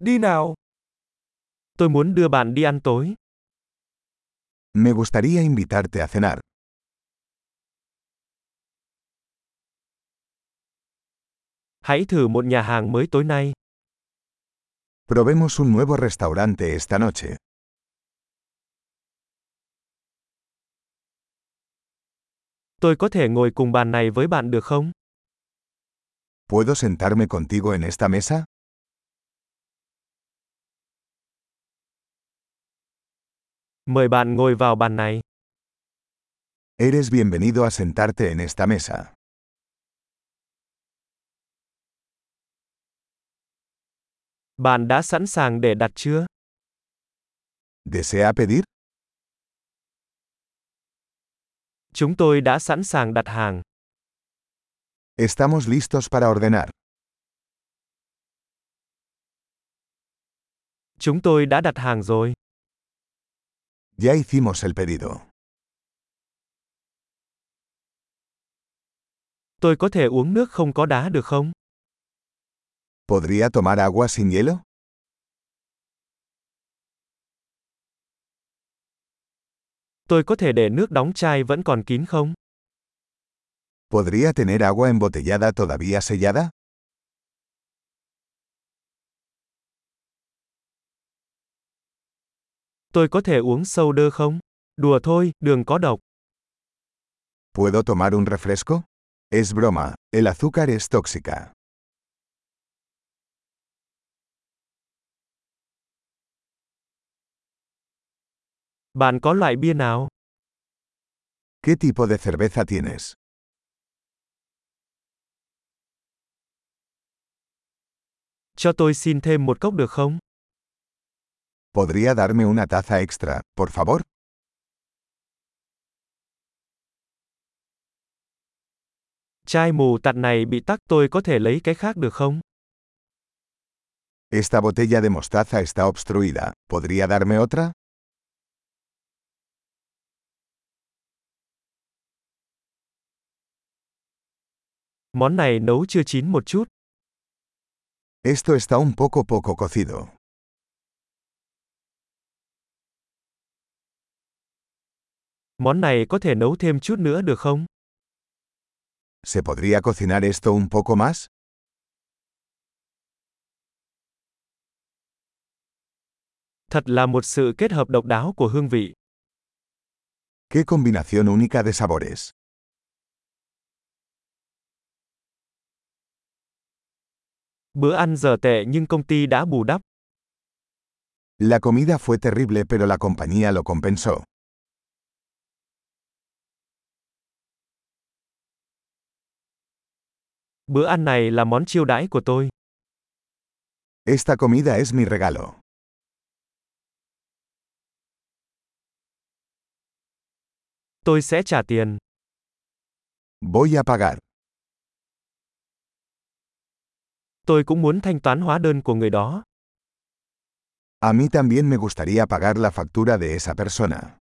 Đi nào. Tôi muốn đưa bạn đi ăn tối. Me gustaría invitarte a cenar. Hãy thử một nhà hàng mới tối nay. Probemos un nuevo restaurante esta noche. Tôi có thể ngồi cùng bàn này với bạn được không? ¿Puedo sentarme contigo en esta mesa? Mời bạn ngồi vào bàn này. Eres bienvenido a sentarte en esta mesa. Bạn đã sẵn sàng để đặt chưa? ¿Desea pedir? Chúng tôi đã sẵn sàng đặt hàng. Estamos listos para ordenar. Chúng tôi đã đặt hàng rồi. Ya hicimos el pedido. Tôi có thể uống nước không có đá được không? ¿Podría tomar agua sin hielo? Tôi có thể để nước đóng chai vẫn còn kín không? ¿Podría tener agua embotellada todavía sellada? Tôi có thể uống soda không? Đùa thôi, đường có độc. ¿Puedo tomar un refresco? Es broma, el azúcar es tóxica. Bạn có loại bia nào? ¿Qué tipo de cerveza tienes? Cho tôi xin thêm một cốc được không? ¿Podría darme una taza extra, por favor? Chai mù tạt này bị tắc tôi có thể lấy cái khác được không? Esta botella de mostaza está obstruida. ¿Podría darme otra? Món này nấu chưa chín một chút. Esto está un poco poco cocido. Món này có thể nấu thêm chút nữa được không? ¿Se podría cocinar esto un poco más? Thật là một sự kết hợp độc đáo của hương vị. Qué combinación única de sabores. Bữa ăn giờ tệ nhưng công ty đã bù đắp. La comida fue terrible pero la compañía lo compensó. Bữa ăn này là món chiêu đãi của tôi. Esta comida es mi regalo. Tôi sẽ trả tiền. Voy a pagar. Tôi cũng muốn thanh toán hóa đơn của người đó. A mí también me gustaría pagar la factura de esa persona.